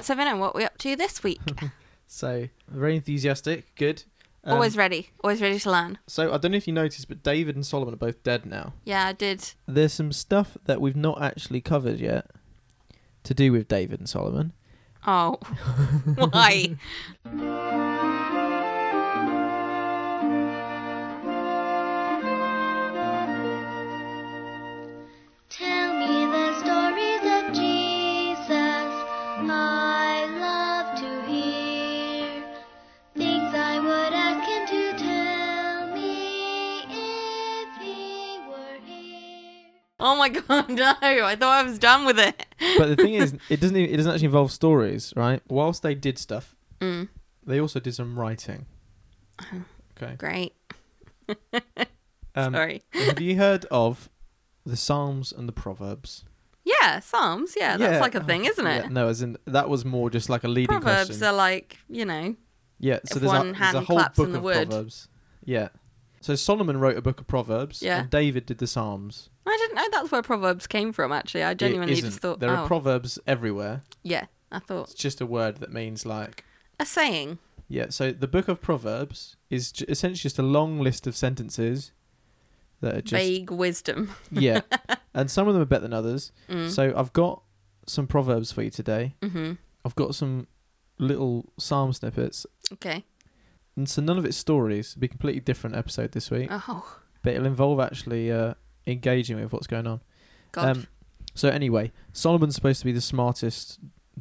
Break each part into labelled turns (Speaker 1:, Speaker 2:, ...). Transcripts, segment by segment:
Speaker 1: seven and what we're up to this week.
Speaker 2: So very enthusiastic. Good. Um,
Speaker 1: always ready, always ready to learn.
Speaker 2: So I don't know if you noticed, but David and Solomon are both dead now.
Speaker 1: Yeah, I did.
Speaker 2: There's some stuff that we've not actually covered yet to do with David and Solomon.
Speaker 1: Oh, why?
Speaker 3: Tell me the stories of Jesus. I love to hear things I would ask him to tell me if he were here.
Speaker 1: Oh my god, no! I thought I was done with it.
Speaker 2: But the thing is, it doesn't even, it doesn't actually involve stories, right? Whilst they did stuff,
Speaker 1: Mm,
Speaker 2: they also did some writing. Okay.
Speaker 1: great.
Speaker 2: Um,
Speaker 1: Sorry.
Speaker 2: have you heard of the Psalms and the Proverbs?
Speaker 1: Yeah, Psalms. Yeah, that's
Speaker 2: Yeah.
Speaker 1: like a thing, isn't it?
Speaker 2: Yeah, no, as in that was more just like a leading
Speaker 1: Proverbs
Speaker 2: question.
Speaker 1: are like, you know,
Speaker 2: Yeah, so
Speaker 1: If
Speaker 2: there's,
Speaker 1: one
Speaker 2: a, there's a
Speaker 1: hand
Speaker 2: whole
Speaker 1: claps in
Speaker 2: book
Speaker 1: the
Speaker 2: of
Speaker 1: wood.
Speaker 2: proverbs. Yeah. So Solomon wrote a book of proverbs,
Speaker 1: Yeah.
Speaker 2: and David did the Psalms.
Speaker 1: I didn't know that's where proverbs came from. Actually, I
Speaker 2: It
Speaker 1: genuinely just
Speaker 2: isn't.
Speaker 1: thought,
Speaker 2: there
Speaker 1: oh,
Speaker 2: are proverbs everywhere.
Speaker 1: yeah, I thought
Speaker 2: It's just a word that means like
Speaker 1: a saying.
Speaker 2: yeah. So the book of proverbs is j- essentially just a long list of sentences that are just
Speaker 1: vague wisdom.
Speaker 2: yeah, and some of them are better than others.
Speaker 1: Mm.
Speaker 2: So I've got some proverbs for you today.
Speaker 1: Mm-hmm.
Speaker 2: I've got some little psalm snippets,
Speaker 1: Okay.
Speaker 2: and so none of it's stories. It'll be a completely different episode this week.
Speaker 1: Oh
Speaker 2: but it'll involve actually uh, engaging with what's going on. Um,
Speaker 1: God.
Speaker 2: so anyway, Solomon's supposed to be the smartest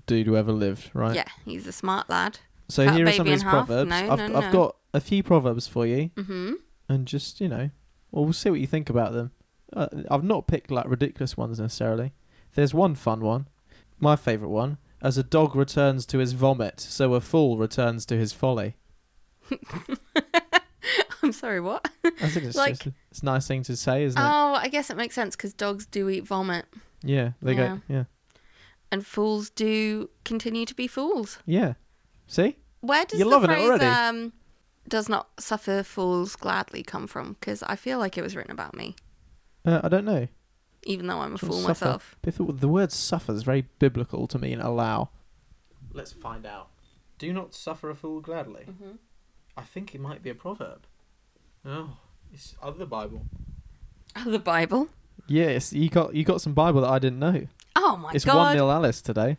Speaker 2: dude who ever lived, right?
Speaker 1: Yeah, he's a smart lad.
Speaker 2: So
Speaker 1: Cut
Speaker 2: here are
Speaker 1: baby
Speaker 2: some of
Speaker 1: in
Speaker 2: his
Speaker 1: half.
Speaker 2: proverbs.
Speaker 1: No,
Speaker 2: I've,
Speaker 1: no,
Speaker 2: I've
Speaker 1: no.
Speaker 2: got a few proverbs for you,
Speaker 1: Mm-hmm.
Speaker 2: and just you know, well, we'll see what you think about them. Uh, I've not picked like ridiculous ones necessarily. There's one fun one, my favourite one. As a dog returns to his vomit, so a fool returns to his folly.
Speaker 1: I'm sorry. What?
Speaker 2: I think it's
Speaker 1: Like-
Speaker 2: just it's a nice thing to say, isn't it?
Speaker 1: Oh, I guess it makes sense because dogs do eat vomit,
Speaker 2: Yeah, they
Speaker 1: Yeah.
Speaker 2: go, yeah,
Speaker 1: and fools do continue to be fools.
Speaker 2: yeah. See,
Speaker 1: Where does
Speaker 2: You're
Speaker 1: the
Speaker 2: loving it
Speaker 1: phrase
Speaker 2: already.
Speaker 1: um, "does not suffer fools gladly" come from? Because I feel like it was written about me,
Speaker 2: uh, I don't know.
Speaker 1: even though I'm a
Speaker 2: Sure,
Speaker 1: fool
Speaker 2: suffer.
Speaker 1: myself.
Speaker 2: But if it- the word suffer is very biblical to mean allow. Let's find out. Do not suffer a fool gladly.
Speaker 1: Mm-hmm.
Speaker 2: I think it might be a proverb. Oh, it's of the Bible.
Speaker 1: Oh, the Bible.
Speaker 2: Yes, you got you got some Bible that I didn't know.
Speaker 1: Oh my
Speaker 2: it's one
Speaker 1: god.
Speaker 2: 0 Alice today.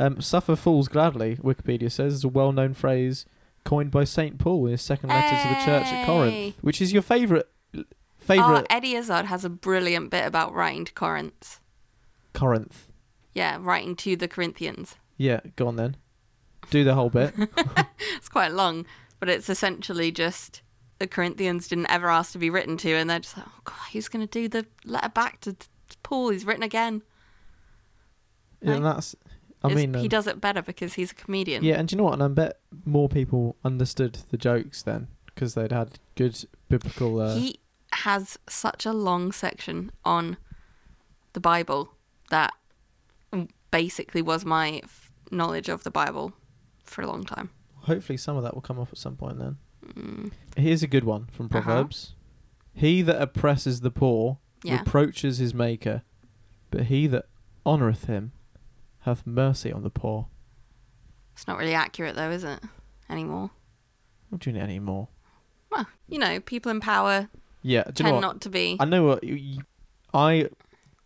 Speaker 2: Um, suffer fools gladly, Wikipedia says, is a well known phrase coined by Saint Paul in his second letter to the church at
Speaker 1: Hey.
Speaker 2: Corinth, which is your favourite
Speaker 1: Oh,
Speaker 2: favourite
Speaker 1: Eddie Izzard has a brilliant bit about writing to Corinth.
Speaker 2: Corinth.
Speaker 1: Yeah, writing to the Corinthians.
Speaker 2: Yeah, go on then. Do the whole bit.
Speaker 1: It's quite long, but it's essentially just the Corinthians didn't ever ask to be written to, and they're just like, oh god, who's going to do the letter back to t- Paul? He's written again. Right.
Speaker 2: and that's I
Speaker 1: It's-
Speaker 2: mean
Speaker 1: he
Speaker 2: um,
Speaker 1: does it better because he's a comedian.
Speaker 2: Yeah, and do you know what? And I bet more people understood the jokes then because they'd had good biblical. Uh,
Speaker 1: He has such a long section on the Bible that basically was my f- knowledge of the Bible for a long time. Mm,
Speaker 2: hopefully, some of that will come up at some point then. Here's a good one from
Speaker 1: Uh-huh.
Speaker 2: Proverbs: He that oppresses the poor
Speaker 1: Yeah.
Speaker 2: reproaches his maker, but he that honoureth him hath mercy on the poor.
Speaker 1: It's not really accurate though, is it? Anymore.
Speaker 2: Not doing it anymore.
Speaker 1: Well, you know, people in power
Speaker 2: Yeah, do you know
Speaker 1: tend
Speaker 2: what?
Speaker 1: not to be.
Speaker 2: I know what you, you- I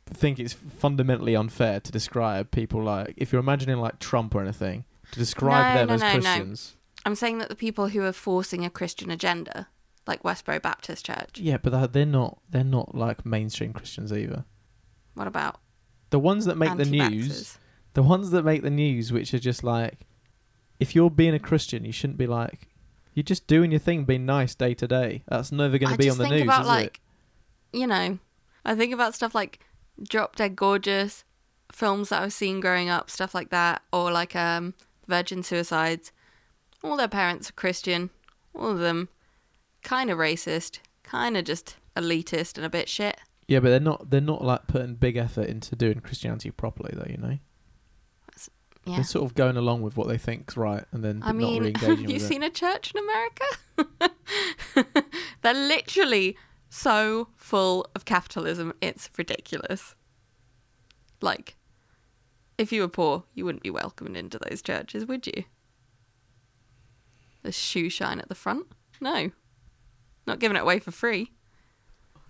Speaker 2: think it's fundamentally unfair to describe people like if you're imagining like Trump or anything to describe
Speaker 1: No,
Speaker 2: them
Speaker 1: no,
Speaker 2: as
Speaker 1: no, no.
Speaker 2: Christians.
Speaker 1: I'm saying that the people who are forcing a Christian agenda, like Westboro Baptist Church,
Speaker 2: Yeah, but they're- they're not. They're not like mainstream Christians either.
Speaker 1: what about
Speaker 2: The ones that make the news,
Speaker 1: anti-vaxxers?
Speaker 2: the ones that make the news, which are just like, if you're being a Christian, you shouldn't be like, you're just doing your thing, being nice day to day. That's never going
Speaker 1: I
Speaker 2: to be
Speaker 1: just
Speaker 2: on the
Speaker 1: think
Speaker 2: news,
Speaker 1: about
Speaker 2: is
Speaker 1: like, you know, I think about stuff like Drop Dead Gorgeous, films that I've seen growing up, stuff like that, or like um, Virgin Suicides. All their parents are Christian, all of them, kind of racist, kind of just elitist and a bit shit.
Speaker 2: it? Yeah, but they're not. They're not like putting big effort into doing Christianity properly, though. You know,
Speaker 1: Yeah.
Speaker 2: they're sort of going along with what they think's right, and then
Speaker 1: I
Speaker 2: but not
Speaker 1: mean,
Speaker 2: really
Speaker 1: have
Speaker 2: engaging
Speaker 1: you
Speaker 2: with
Speaker 1: seen a church in America? They're literally so full of capitalism, it's ridiculous. Like, If you were poor, you wouldn't be welcomed into those churches, would you? The shoe shine at the front? No. Not giving it away for free.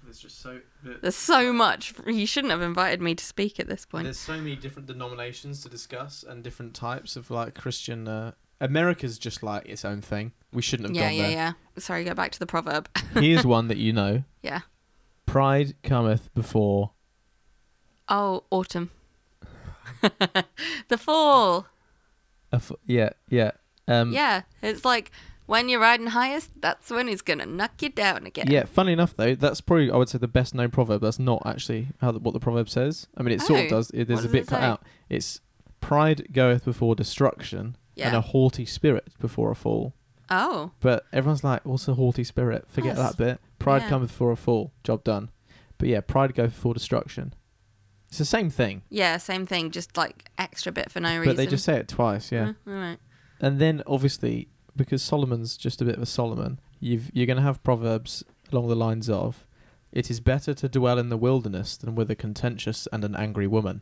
Speaker 2: There's just so
Speaker 1: There's so much. He shouldn't have invited me to speak at this point.
Speaker 2: there's so many different denominations to discuss and different types of like Christian. Uh, America's just like its own thing. We shouldn't have
Speaker 1: Yeah,
Speaker 2: gone
Speaker 1: yeah,
Speaker 2: there.
Speaker 1: yeah. Sorry, go back to the proverb.
Speaker 2: Here's one that you know.
Speaker 1: Yeah.
Speaker 2: Pride cometh before.
Speaker 1: Oh, autumn. the fall.
Speaker 2: A f- yeah, yeah. Um,
Speaker 1: Yeah, it's like when you're riding highest, that's when he's gonna knock you down again.
Speaker 2: Yeah, funny enough though, that's probably I would say the best known proverb. That's not actually how the, what the proverb says. I mean, it sort
Speaker 1: Oh.
Speaker 2: of does. It, there's
Speaker 1: What
Speaker 2: a
Speaker 1: does
Speaker 2: bit
Speaker 1: it
Speaker 2: cut
Speaker 1: say?
Speaker 2: out. It's pride goeth before destruction, and
Speaker 1: Yeah.
Speaker 2: a haughty spirit before a fall.
Speaker 1: Oh,
Speaker 2: But everyone's like, "What's a haughty spirit?" Forget
Speaker 1: Yes.
Speaker 2: that bit. Pride
Speaker 1: Yeah.
Speaker 2: cometh before a fall. Job done. But yeah, pride goeth before destruction. It's the same thing,
Speaker 1: yeah, same thing. Just like extra bit for no reason.
Speaker 2: but they just say it twice. Yeah.
Speaker 1: Uh, all right.
Speaker 2: And then obviously, because Solomon's just a bit of a Solomon, you've, you're going to have proverbs along the lines of, "It is better to dwell in the wilderness than with a contentious and an angry woman."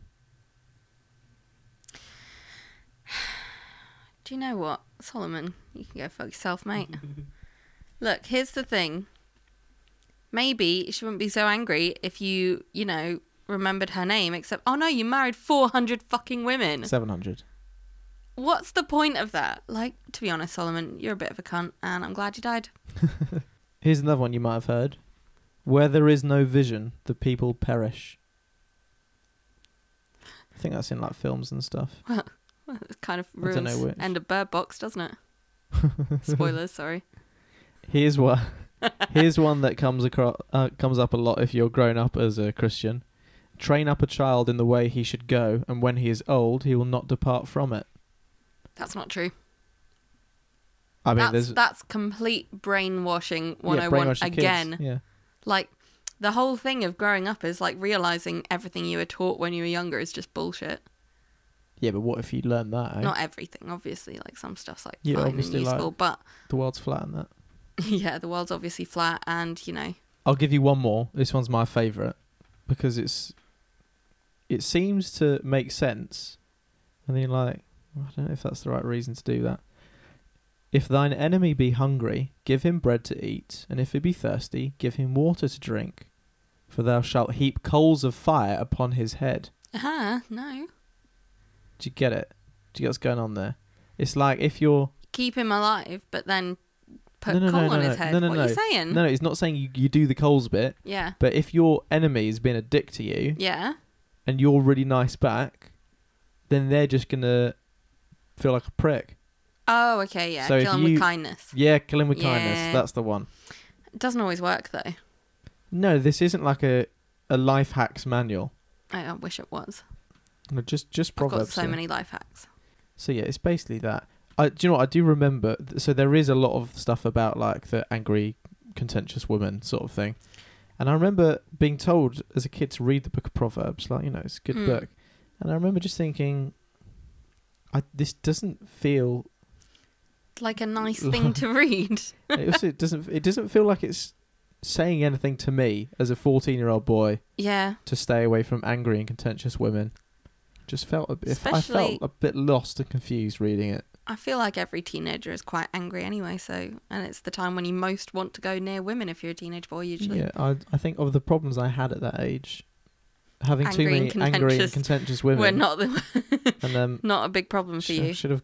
Speaker 1: Do you know what, Solomon? You can go fuck yourself, mate. Look, here's the thing. Maybe she wouldn't be so angry if you, you know, remembered her name. Except, oh no, you married four hundred fucking women.
Speaker 2: Seven hundred.
Speaker 1: What's the point of that? Like, to be honest, Solomon, you're a bit of a cunt, and I'm glad you died.
Speaker 2: Here's another one you might have heard: "Where there is no vision, the people perish." I think that's in like films and stuff.
Speaker 1: Well, it kind of
Speaker 2: I don't know
Speaker 1: ruins
Speaker 2: which.
Speaker 1: end of Bird Box, doesn't it? Spoilers, sorry.
Speaker 2: Here's what. Here's one that comes across uh, comes up a lot if you're grown up as a Christian. Train up a child in the way he should go, and when he is old, he will not depart from it.
Speaker 1: That's not true.
Speaker 2: I mean,
Speaker 1: that's,
Speaker 2: there's
Speaker 1: that's complete brainwashing
Speaker 2: yeah,
Speaker 1: 101
Speaker 2: brainwashing kids,
Speaker 1: again.
Speaker 2: Yeah,
Speaker 1: Like, the whole thing of growing up is like realizing everything you were taught when you were younger is just bullshit.
Speaker 2: yeah, but what if you learn that? Eh?
Speaker 1: Not everything, obviously. Like, some stuff's like
Speaker 2: Yeah,
Speaker 1: fine and
Speaker 2: obviously, like-
Speaker 1: useful, but
Speaker 2: the world's flat and that.
Speaker 1: yeah, the world's obviously flat, and you know,
Speaker 2: I'll give you one more. This one's my favorite because it's it seems to make sense, and then you're like, "Well, I don't know if that's the right reason to do that. If thine enemy be hungry, give him bread to eat, and if he be thirsty, give him water to drink, for thou shalt heap coals of fire upon his head.
Speaker 1: ah, no.
Speaker 2: Do you get it? Do you get what's going on there? It's like if you're
Speaker 1: Keep him alive, but then put
Speaker 2: No, no, no,
Speaker 1: coal
Speaker 2: no,
Speaker 1: on
Speaker 2: no.
Speaker 1: his head.
Speaker 2: No, no,
Speaker 1: what are you
Speaker 2: no.
Speaker 1: saying?
Speaker 2: no, no, it's not saying you, you do the coals bit,
Speaker 1: Yeah.
Speaker 2: but if your enemy has been a dick to you,
Speaker 1: Yeah.
Speaker 2: and you're really nice back, then they're just gonna feel like a prick.
Speaker 1: Oh, okay, yeah.
Speaker 2: So if
Speaker 1: Kill him
Speaker 2: you-
Speaker 1: with kindness.
Speaker 2: Yeah, kill him with
Speaker 1: Yeah.
Speaker 2: kindness. That's the one.
Speaker 1: It doesn't always work though.
Speaker 2: No, this isn't like a, a life hacks manual.
Speaker 1: I, I wish it was.
Speaker 2: No, just just
Speaker 1: I've
Speaker 2: proverbs.
Speaker 1: got so
Speaker 2: here.
Speaker 1: many life hacks.
Speaker 2: So yeah, it's basically that. I do you know what I do remember. th- So there is a lot of stuff about like the angry, contentious woman sort of thing, and I remember being told as a kid to read the book of Proverbs. Like you know, it's a good
Speaker 1: Hmm.
Speaker 2: book, and I remember just thinking, I this doesn't feel
Speaker 1: Like a nice thing to read.
Speaker 2: it also it doesn't it doesn't feel like it's saying anything to me as a 14 year old boy
Speaker 1: Yeah.
Speaker 2: to stay away from angry and contentious women just felt a bit i
Speaker 1: Especially-
Speaker 2: felt a bit lost and confused reading it
Speaker 1: I feel like every teenager is quite angry anyway, so and it's the time when you most want to go near women if you're a teenage boy usually.
Speaker 2: yeah I, I think of the problems i had at that age having too
Speaker 1: Angry
Speaker 2: many
Speaker 1: and
Speaker 2: angry and
Speaker 1: contentious-
Speaker 2: contentious women
Speaker 1: We're not the
Speaker 2: and um
Speaker 1: not a big problem for you.
Speaker 2: should, should have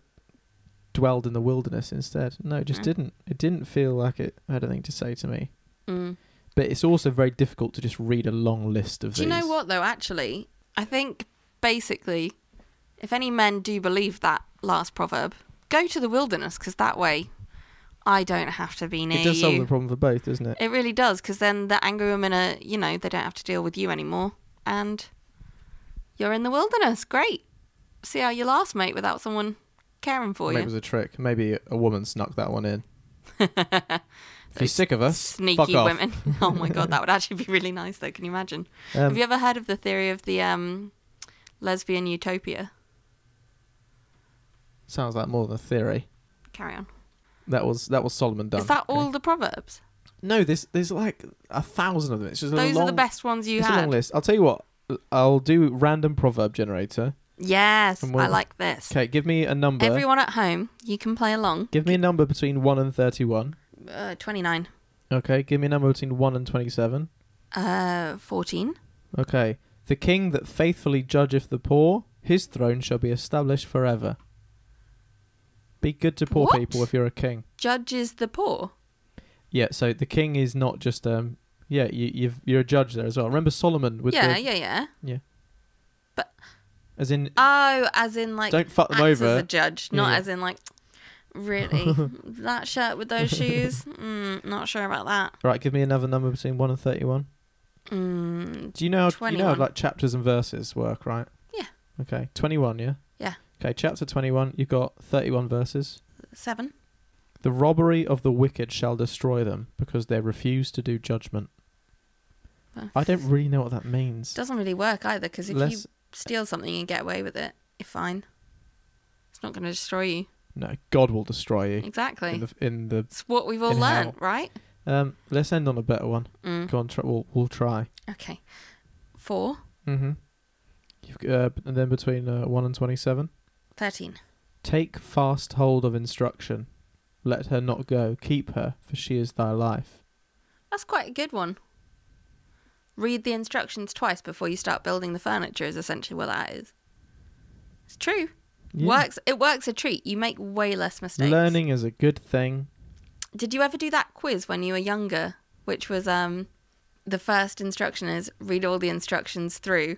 Speaker 2: dwelled in the wilderness instead no it just
Speaker 1: Mm.
Speaker 2: didn't it didn't feel like it had anything to say to me
Speaker 1: Mm.
Speaker 2: but it's also very difficult to just read a long list of
Speaker 1: Do you
Speaker 2: these
Speaker 1: know what though? Actually, I think basically, if any men do believe that last proverb, go to the wilderness because that way, I don't have to be near
Speaker 2: it does
Speaker 1: you.
Speaker 2: solve the problem for both doesn't it
Speaker 1: It really does, because then the angry women are, you know, they don't have to deal with you anymore. And you're in the wilderness. Great. See how you last, mate, without someone caring for
Speaker 2: Maybe it
Speaker 1: you.
Speaker 2: was a trick. Maybe a woman snuck that one in. if you're
Speaker 1: Those
Speaker 2: sick of us, fuck
Speaker 1: Sneaky
Speaker 2: off.
Speaker 1: women. oh my God, that would actually be really nice, though. Can you imagine?
Speaker 2: Um,
Speaker 1: have you ever heard of the theory of the um, lesbian utopia?
Speaker 2: Sounds like more than a theory.
Speaker 1: Carry on.
Speaker 2: That was that was Solomon done.
Speaker 1: Is that
Speaker 2: okay?
Speaker 1: all the proverbs?
Speaker 2: No, there's there's like a thousand of them. It's just a
Speaker 1: Those
Speaker 2: long,
Speaker 1: are the best ones you
Speaker 2: it's a long
Speaker 1: had.
Speaker 2: list. I'll tell you what. I'll do random proverb generator,
Speaker 1: Yes,
Speaker 2: And we'll-
Speaker 1: I like this.
Speaker 2: Okay, give me a number.
Speaker 1: Everyone at home, you can play along.
Speaker 2: Give me a number between 1 and 31.
Speaker 1: Uh, 29,
Speaker 2: Okay, give me a number between 1 and 27.
Speaker 1: uh, 14.
Speaker 2: Okay. The king that faithfully judgeth the poor, his throne shall be established forever. Be good to poor
Speaker 1: What?
Speaker 2: people if you're a king.
Speaker 1: Judges the poor.
Speaker 2: Yeah, so the king is not just um yeah, you you've, you're a judge there as well. Remember Solomon with
Speaker 1: yeah,
Speaker 2: the
Speaker 1: yeah, yeah.
Speaker 2: as in
Speaker 1: Oh, as in like
Speaker 2: Don't fuck them
Speaker 1: acts as
Speaker 2: over.
Speaker 1: a judge,
Speaker 2: Yeah,
Speaker 1: not
Speaker 2: yeah.
Speaker 1: as in like really that shirt with those shoes. Mm, not sure about that.
Speaker 2: right, give me another number between 1 and 31.
Speaker 1: Mm,
Speaker 2: Do you know how, you know how
Speaker 1: 21.
Speaker 2: like chapters and verses work, right?
Speaker 1: Yeah.
Speaker 2: Okay. 21, yeah.
Speaker 1: Yeah.
Speaker 2: Okay, chapter 21, you've got 31 verses.
Speaker 1: seven.
Speaker 2: The robbery of the wicked shall destroy them because they refuse to do judgment.
Speaker 1: Uh,
Speaker 2: I don't really know what that means.
Speaker 1: Doesn't really work either because if you
Speaker 2: Less-
Speaker 1: steal something and get away with it, you're fine. It's not going to destroy you.
Speaker 2: No, God will destroy you. In
Speaker 1: Exactly.
Speaker 2: the, in the
Speaker 1: It's what we've all
Speaker 2: in
Speaker 1: learned, right?
Speaker 2: um, let's end on a better one.
Speaker 1: Mm.
Speaker 2: Go on, try, we'll we'll try.
Speaker 1: Okay. Four,
Speaker 2: Mm-hmm. You've, g- uh, and then between uh, one and twenty-seven,
Speaker 1: 13.
Speaker 2: take fast hold of instruction. Let her not go. Keep her, for she is thy life.
Speaker 1: That's quite a good one. Read the instructions twice before you start building the furniture is essentially what that is. It's true.
Speaker 2: Yeah.
Speaker 1: Works. It works a treat. You make way less mistakes.
Speaker 2: Learning is a good thing.
Speaker 1: Did you ever do that quiz when you were younger, which was um, the first instruction is read all the instructions through,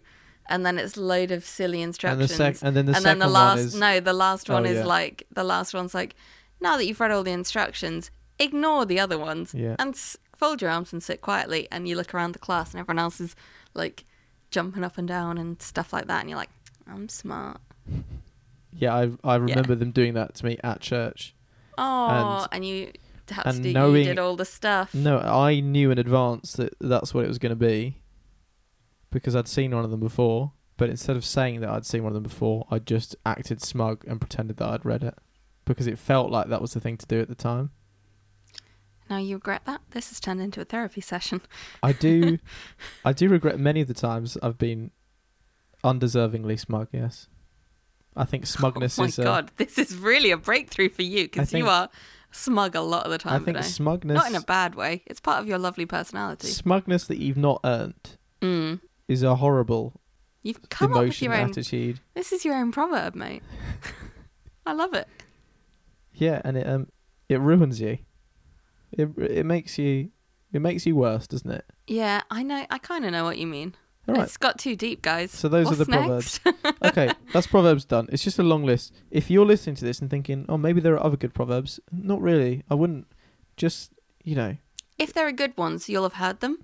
Speaker 1: and then it's load of silly
Speaker 2: And the
Speaker 1: instructions.
Speaker 2: sec- and then the
Speaker 1: and
Speaker 2: second
Speaker 1: then the last
Speaker 2: one is
Speaker 1: no the last
Speaker 2: Oh,
Speaker 1: one is
Speaker 2: yeah.
Speaker 1: like the last one's like now that you've read all the instructions ignore the other ones
Speaker 2: Yeah.
Speaker 1: and s- fold your arms and sit quietly and you look around the class and everyone else is like jumping up and down and stuff like that and you're like i'm smart
Speaker 2: yeah. I I remember them doing that to me at church.
Speaker 1: oh and, you had
Speaker 2: and
Speaker 1: to do
Speaker 2: knowing-
Speaker 1: you did all the stuff
Speaker 2: No, I knew in advance that that's what it was going to be because I'd seen one of them before. But instead of saying that I'd seen one of them before, I just acted smug and pretended that I'd read it because it felt like that was the thing to do at the time.
Speaker 1: now you regret that this has turned into a therapy session
Speaker 2: I do, I do regret many of the times I've been undeservingly smug. Yes, I think smugness
Speaker 1: oh my
Speaker 2: is. uh,
Speaker 1: god this is really a breakthrough for you because
Speaker 2: think-
Speaker 1: you are smug a lot of the
Speaker 2: I
Speaker 1: time
Speaker 2: think
Speaker 1: today.
Speaker 2: smugness,
Speaker 1: not in a bad way it's part of your lovely personality
Speaker 2: smugness that you've not earned
Speaker 1: mm.
Speaker 2: is a horrible
Speaker 1: You've come up with
Speaker 2: emotion
Speaker 1: your own.
Speaker 2: attitude.
Speaker 1: This is your own proverb, mate. I love it.
Speaker 2: Yeah, and it um it ruins you. It it makes you it makes you worse, doesn't it?
Speaker 1: Yeah, I know. I kind of know what you mean.
Speaker 2: All right.
Speaker 1: It's got too deep, guys.
Speaker 2: So those are
Speaker 1: What's
Speaker 2: the
Speaker 1: next?
Speaker 2: proverbs. okay, that's proverbs done. It's just a long list. If you're listening to this and thinking, "Oh, maybe there are other good proverbs," not really. I wouldn't just you know.
Speaker 1: if there are good ones, you'll have heard them.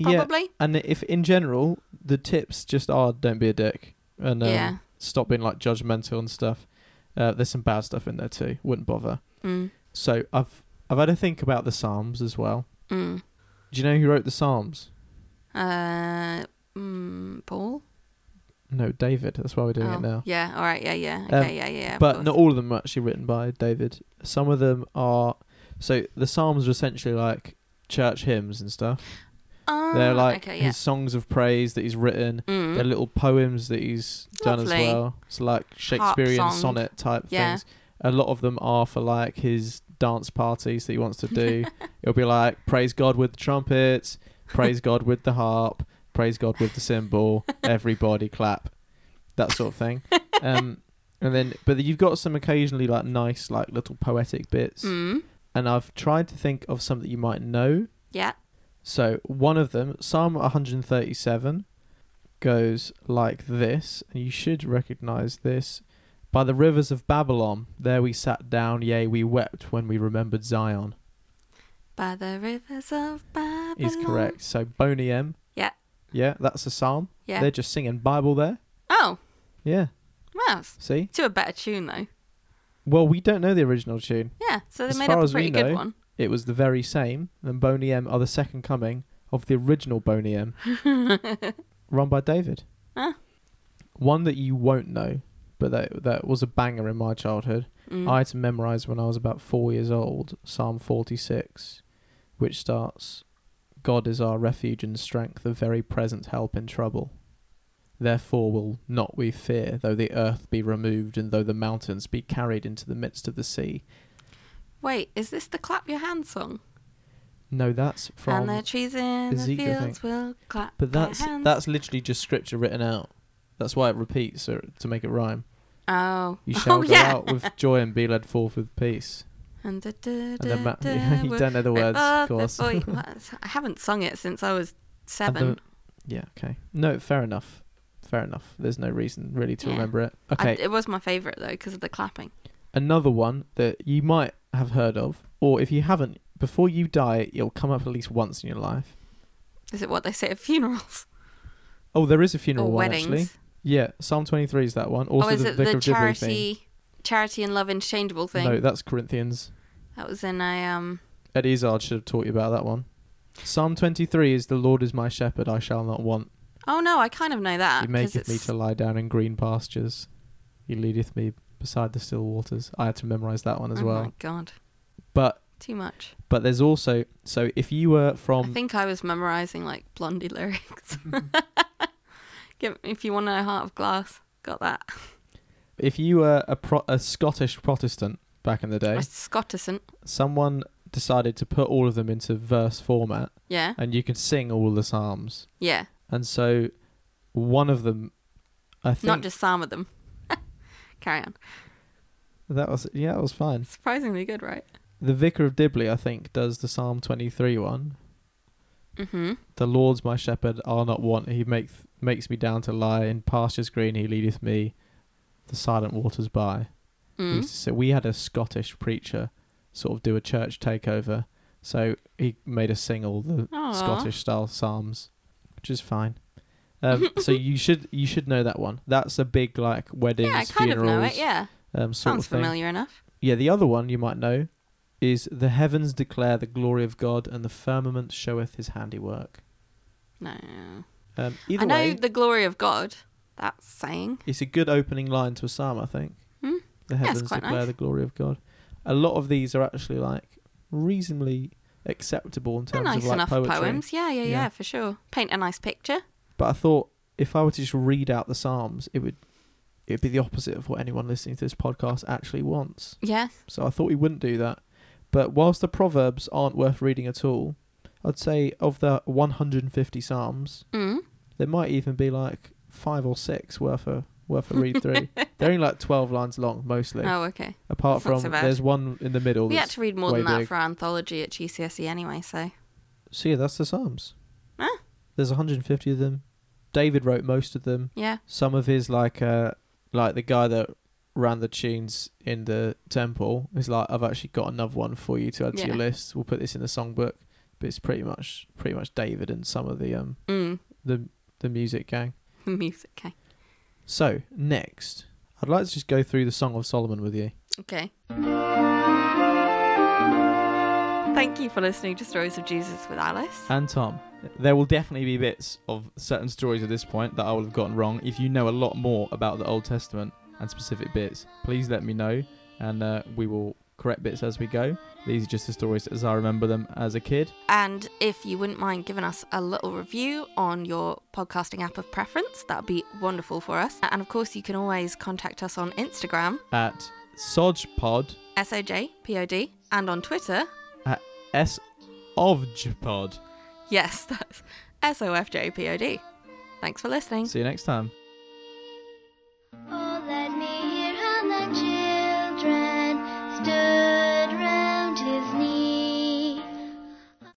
Speaker 2: Yeah,
Speaker 1: Probably.
Speaker 2: and if in general the tips just are don't be a dick and um,
Speaker 1: Yeah.
Speaker 2: stop being like judgmental and stuff. Uh, there's some bad stuff in there too. Wouldn't bother.
Speaker 1: Mm,
Speaker 2: So I've I've had a think about the Psalms as well.
Speaker 1: mm.
Speaker 2: Do you know who wrote the Psalms?
Speaker 1: Uh, mm, Paul.
Speaker 2: No, David. That's why we're doing
Speaker 1: Oh,
Speaker 2: it now.
Speaker 1: Yeah. All right. Yeah. Yeah. Okay.
Speaker 2: Um,
Speaker 1: yeah. Yeah. of
Speaker 2: but
Speaker 1: course.
Speaker 2: not all of them are actually written by David. Some of them are. So the Psalms are essentially like church hymns and stuff.
Speaker 1: Ah,
Speaker 2: They're like
Speaker 1: Okay.
Speaker 2: his
Speaker 1: Yeah.
Speaker 2: songs of praise that he's written.
Speaker 1: Mm.
Speaker 2: They're little poems that he's done
Speaker 1: Lovely.
Speaker 2: as well. It's like Shakespearean
Speaker 1: song.
Speaker 2: sonnet type
Speaker 1: Yeah.
Speaker 2: things. A lot of them are for like his dance parties that he wants to do. It'll be like praise God with the trumpets, praise God with the harp, praise God with the cymbal, everybody clap, that sort of thing. Um, and then, but you've got some occasionally like nice, like little poetic bits.
Speaker 1: Mm.
Speaker 2: And I've tried to think of some that you might know.
Speaker 1: Yeah.
Speaker 2: So one of them, Psalm 137, goes like this, and you should recognize this. By the rivers of Babylon, there we sat down, yea, we wept when we remembered Zion.
Speaker 1: By the rivers of Babylon.
Speaker 2: Is correct. So Boney M.
Speaker 1: Uh-huh. Yeah.
Speaker 2: Yeah, that's a psalm.
Speaker 1: Yeah.
Speaker 2: They're just singing Bible there.
Speaker 1: Oh,
Speaker 2: Yeah.
Speaker 1: wow.
Speaker 2: See?
Speaker 1: To a better tune though.
Speaker 2: Well, we don't know the original tune.
Speaker 1: Yeah. So they
Speaker 2: As
Speaker 1: made
Speaker 2: far
Speaker 1: up a
Speaker 2: as we
Speaker 1: pretty good
Speaker 2: know,
Speaker 1: one.
Speaker 2: It was the very same. And Boney M are the second coming of the original Boney M, run by David.
Speaker 1: Ah.
Speaker 2: One that you won't know, but that that was a banger in my childhood.
Speaker 1: Mm.
Speaker 2: I had to memorize when I was about four years old, Psalm 46, which starts, God is our refuge and strength, a very present help in trouble. Therefore will not we fear, though the earth be removed, and though the mountains be carried into the midst of the sea.
Speaker 1: Wait, is this the clap your hands song?
Speaker 2: No, that's from.
Speaker 1: and the trees in
Speaker 2: Ezekiel, I
Speaker 1: the fields will clap
Speaker 2: but that's
Speaker 1: their hands.
Speaker 2: that's literally just scripture written out. That's why it repeats so, to make it rhyme.
Speaker 1: oh.
Speaker 2: You
Speaker 1: Oh,
Speaker 2: shall go
Speaker 1: yeah.
Speaker 2: out with joy and be led forth with peace.
Speaker 1: And da, da,
Speaker 2: And the
Speaker 1: da,
Speaker 2: ma-
Speaker 1: da,
Speaker 2: you
Speaker 1: we'll
Speaker 2: don't know the
Speaker 1: rip
Speaker 2: words,
Speaker 1: off
Speaker 2: of
Speaker 1: the
Speaker 2: course.
Speaker 1: boy- What? I haven't sung it since I was
Speaker 2: And the-
Speaker 1: seven.
Speaker 2: yeah, okay. No, fair enough. Fair enough. There's no reason really to
Speaker 1: Yeah.
Speaker 2: remember it.
Speaker 1: I-
Speaker 2: Okay,
Speaker 1: it was my favorite though because of the clapping.
Speaker 2: another one that you might have heard of, or if you haven't, before you die, it'll come up at least once in your life.
Speaker 1: Is it what they say at funerals
Speaker 2: Oh, there is a funeral
Speaker 1: or
Speaker 2: one
Speaker 1: weddings?
Speaker 2: actually. Yeah, Psalm 23 is that one. Also,
Speaker 1: oh, is
Speaker 2: the
Speaker 1: it
Speaker 2: Vicar
Speaker 1: the
Speaker 2: of Jibri thing.
Speaker 1: charity, charity and love interchangeable thing?
Speaker 2: No, that's Corinthians.
Speaker 1: That was in a um.
Speaker 2: Ed Izzard should have taught you about that one. Psalm 23 is the Lord is my shepherd, I shall not want.
Speaker 1: Oh no, I kind of know that.
Speaker 2: He
Speaker 1: 'cause
Speaker 2: maketh me
Speaker 1: it's-
Speaker 2: to lie down in green pastures. He leadeth me beside the still waters. I had to memorize that one as
Speaker 1: oh my
Speaker 2: well.
Speaker 1: god,
Speaker 2: But
Speaker 1: too much.
Speaker 2: but there's also so if you were
Speaker 1: I
Speaker 2: from
Speaker 1: think I was memorizing like Blondie lyrics.
Speaker 2: Mm-hmm.
Speaker 1: Give, if you want to know Heart of Glass, got that.
Speaker 2: if you were a pro- a Scottish Protestant back in the day,
Speaker 1: I Scottisant.
Speaker 2: someone decided to put all of them into verse format
Speaker 1: Yeah,
Speaker 2: and you could sing all the psalms.
Speaker 1: yeah.
Speaker 2: And so one of them I think
Speaker 1: Not just some of them. Carry on.
Speaker 2: that was yeah, that was fine.
Speaker 1: Surprisingly good, right?
Speaker 2: The Vicar of Dibley I think does the Psalm 23 one.
Speaker 1: Mm-hmm.
Speaker 2: The Lord's my shepherd, I'll not want. He makes makes me down to lie in pastures green. He leadeth me the silent waters by. He used
Speaker 1: Mm.
Speaker 2: to say- we had a Scottish preacher sort of do a church takeover, so he made us sing all the
Speaker 1: Aw.
Speaker 2: Scottish style psalms, which is fine. Um, so you should you should know that one. That's a big like weddings,
Speaker 1: Yeah, I kind
Speaker 2: funerals,
Speaker 1: of know it. Yeah,
Speaker 2: um, sort
Speaker 1: sounds
Speaker 2: of thing.
Speaker 1: familiar enough.
Speaker 2: Yeah, the other one you might know is the heavens declare the glory of God, and the firmament showeth His handiwork.
Speaker 1: No,
Speaker 2: Um, either
Speaker 1: I know
Speaker 2: way,
Speaker 1: the glory of God. That's saying.
Speaker 2: It's a good opening line to a psalm, I think.
Speaker 1: Hmm?
Speaker 2: The
Speaker 1: it's
Speaker 2: heavens
Speaker 1: quite
Speaker 2: declare
Speaker 1: nice.
Speaker 2: the glory of God. A lot of these are actually like reasonably acceptable in
Speaker 1: They're
Speaker 2: terms
Speaker 1: nice
Speaker 2: of like
Speaker 1: enough
Speaker 2: poetry.
Speaker 1: poems. Yeah, yeah, yeah,
Speaker 2: Yeah.
Speaker 1: for sure. Paint a nice picture.
Speaker 2: But I thought if I were to just read out the psalms, it would it'd be the opposite of what anyone listening to this podcast actually wants.
Speaker 1: Yeah.
Speaker 2: So I thought we wouldn't do that. But whilst the proverbs aren't worth reading at all, I'd say of the 150 psalms,
Speaker 1: Mm.
Speaker 2: there might even be like five or six worth a worth a read through. They're only like 12 lines long mostly.
Speaker 1: Oh, okay.
Speaker 2: Apart
Speaker 1: That's not
Speaker 2: from
Speaker 1: so bad.
Speaker 2: there's one in the middle.
Speaker 1: we had
Speaker 2: that's-
Speaker 1: to read more
Speaker 2: way
Speaker 1: than that
Speaker 2: big.
Speaker 1: for our anthology at GCSE E anyway, so
Speaker 2: so yeah, that's the Psalms.
Speaker 1: Huh?
Speaker 2: There's 150 of them. David wrote most of them.
Speaker 1: yeah.
Speaker 2: Some of his like uh like the guy that ran the tunes in the temple is like I've actually got another one for you to add to your
Speaker 1: Yeah.
Speaker 2: list. We'll put this in the songbook. But it's pretty much pretty much David and some of the um
Speaker 1: Mm.
Speaker 2: the the music gang.
Speaker 1: The music. Okay.
Speaker 2: So next, I'd like to just go through the Song of Solomon with you.
Speaker 1: Okay. Thank you for listening to Stories of Jesus with Alice.
Speaker 4: And Tom, there will definitely be bits of certain stories at this point that I will have gotten wrong. If you know a lot more about the Old Testament and specific bits, please let me know and uh, we will correct bits as we go. These are just the stories as I remember them as a kid.
Speaker 1: And if you wouldn't mind giving us a little review on your podcasting app of preference, that'd be wonderful for us. And of course, you can always contact us on Instagram,
Speaker 4: At Sojpod,
Speaker 1: S O J P O D, and on Twitter,
Speaker 4: at S of Jpod.
Speaker 1: yes, that's S O F J P O D. Thanks for listening.
Speaker 4: See you next time.
Speaker 3: Oh,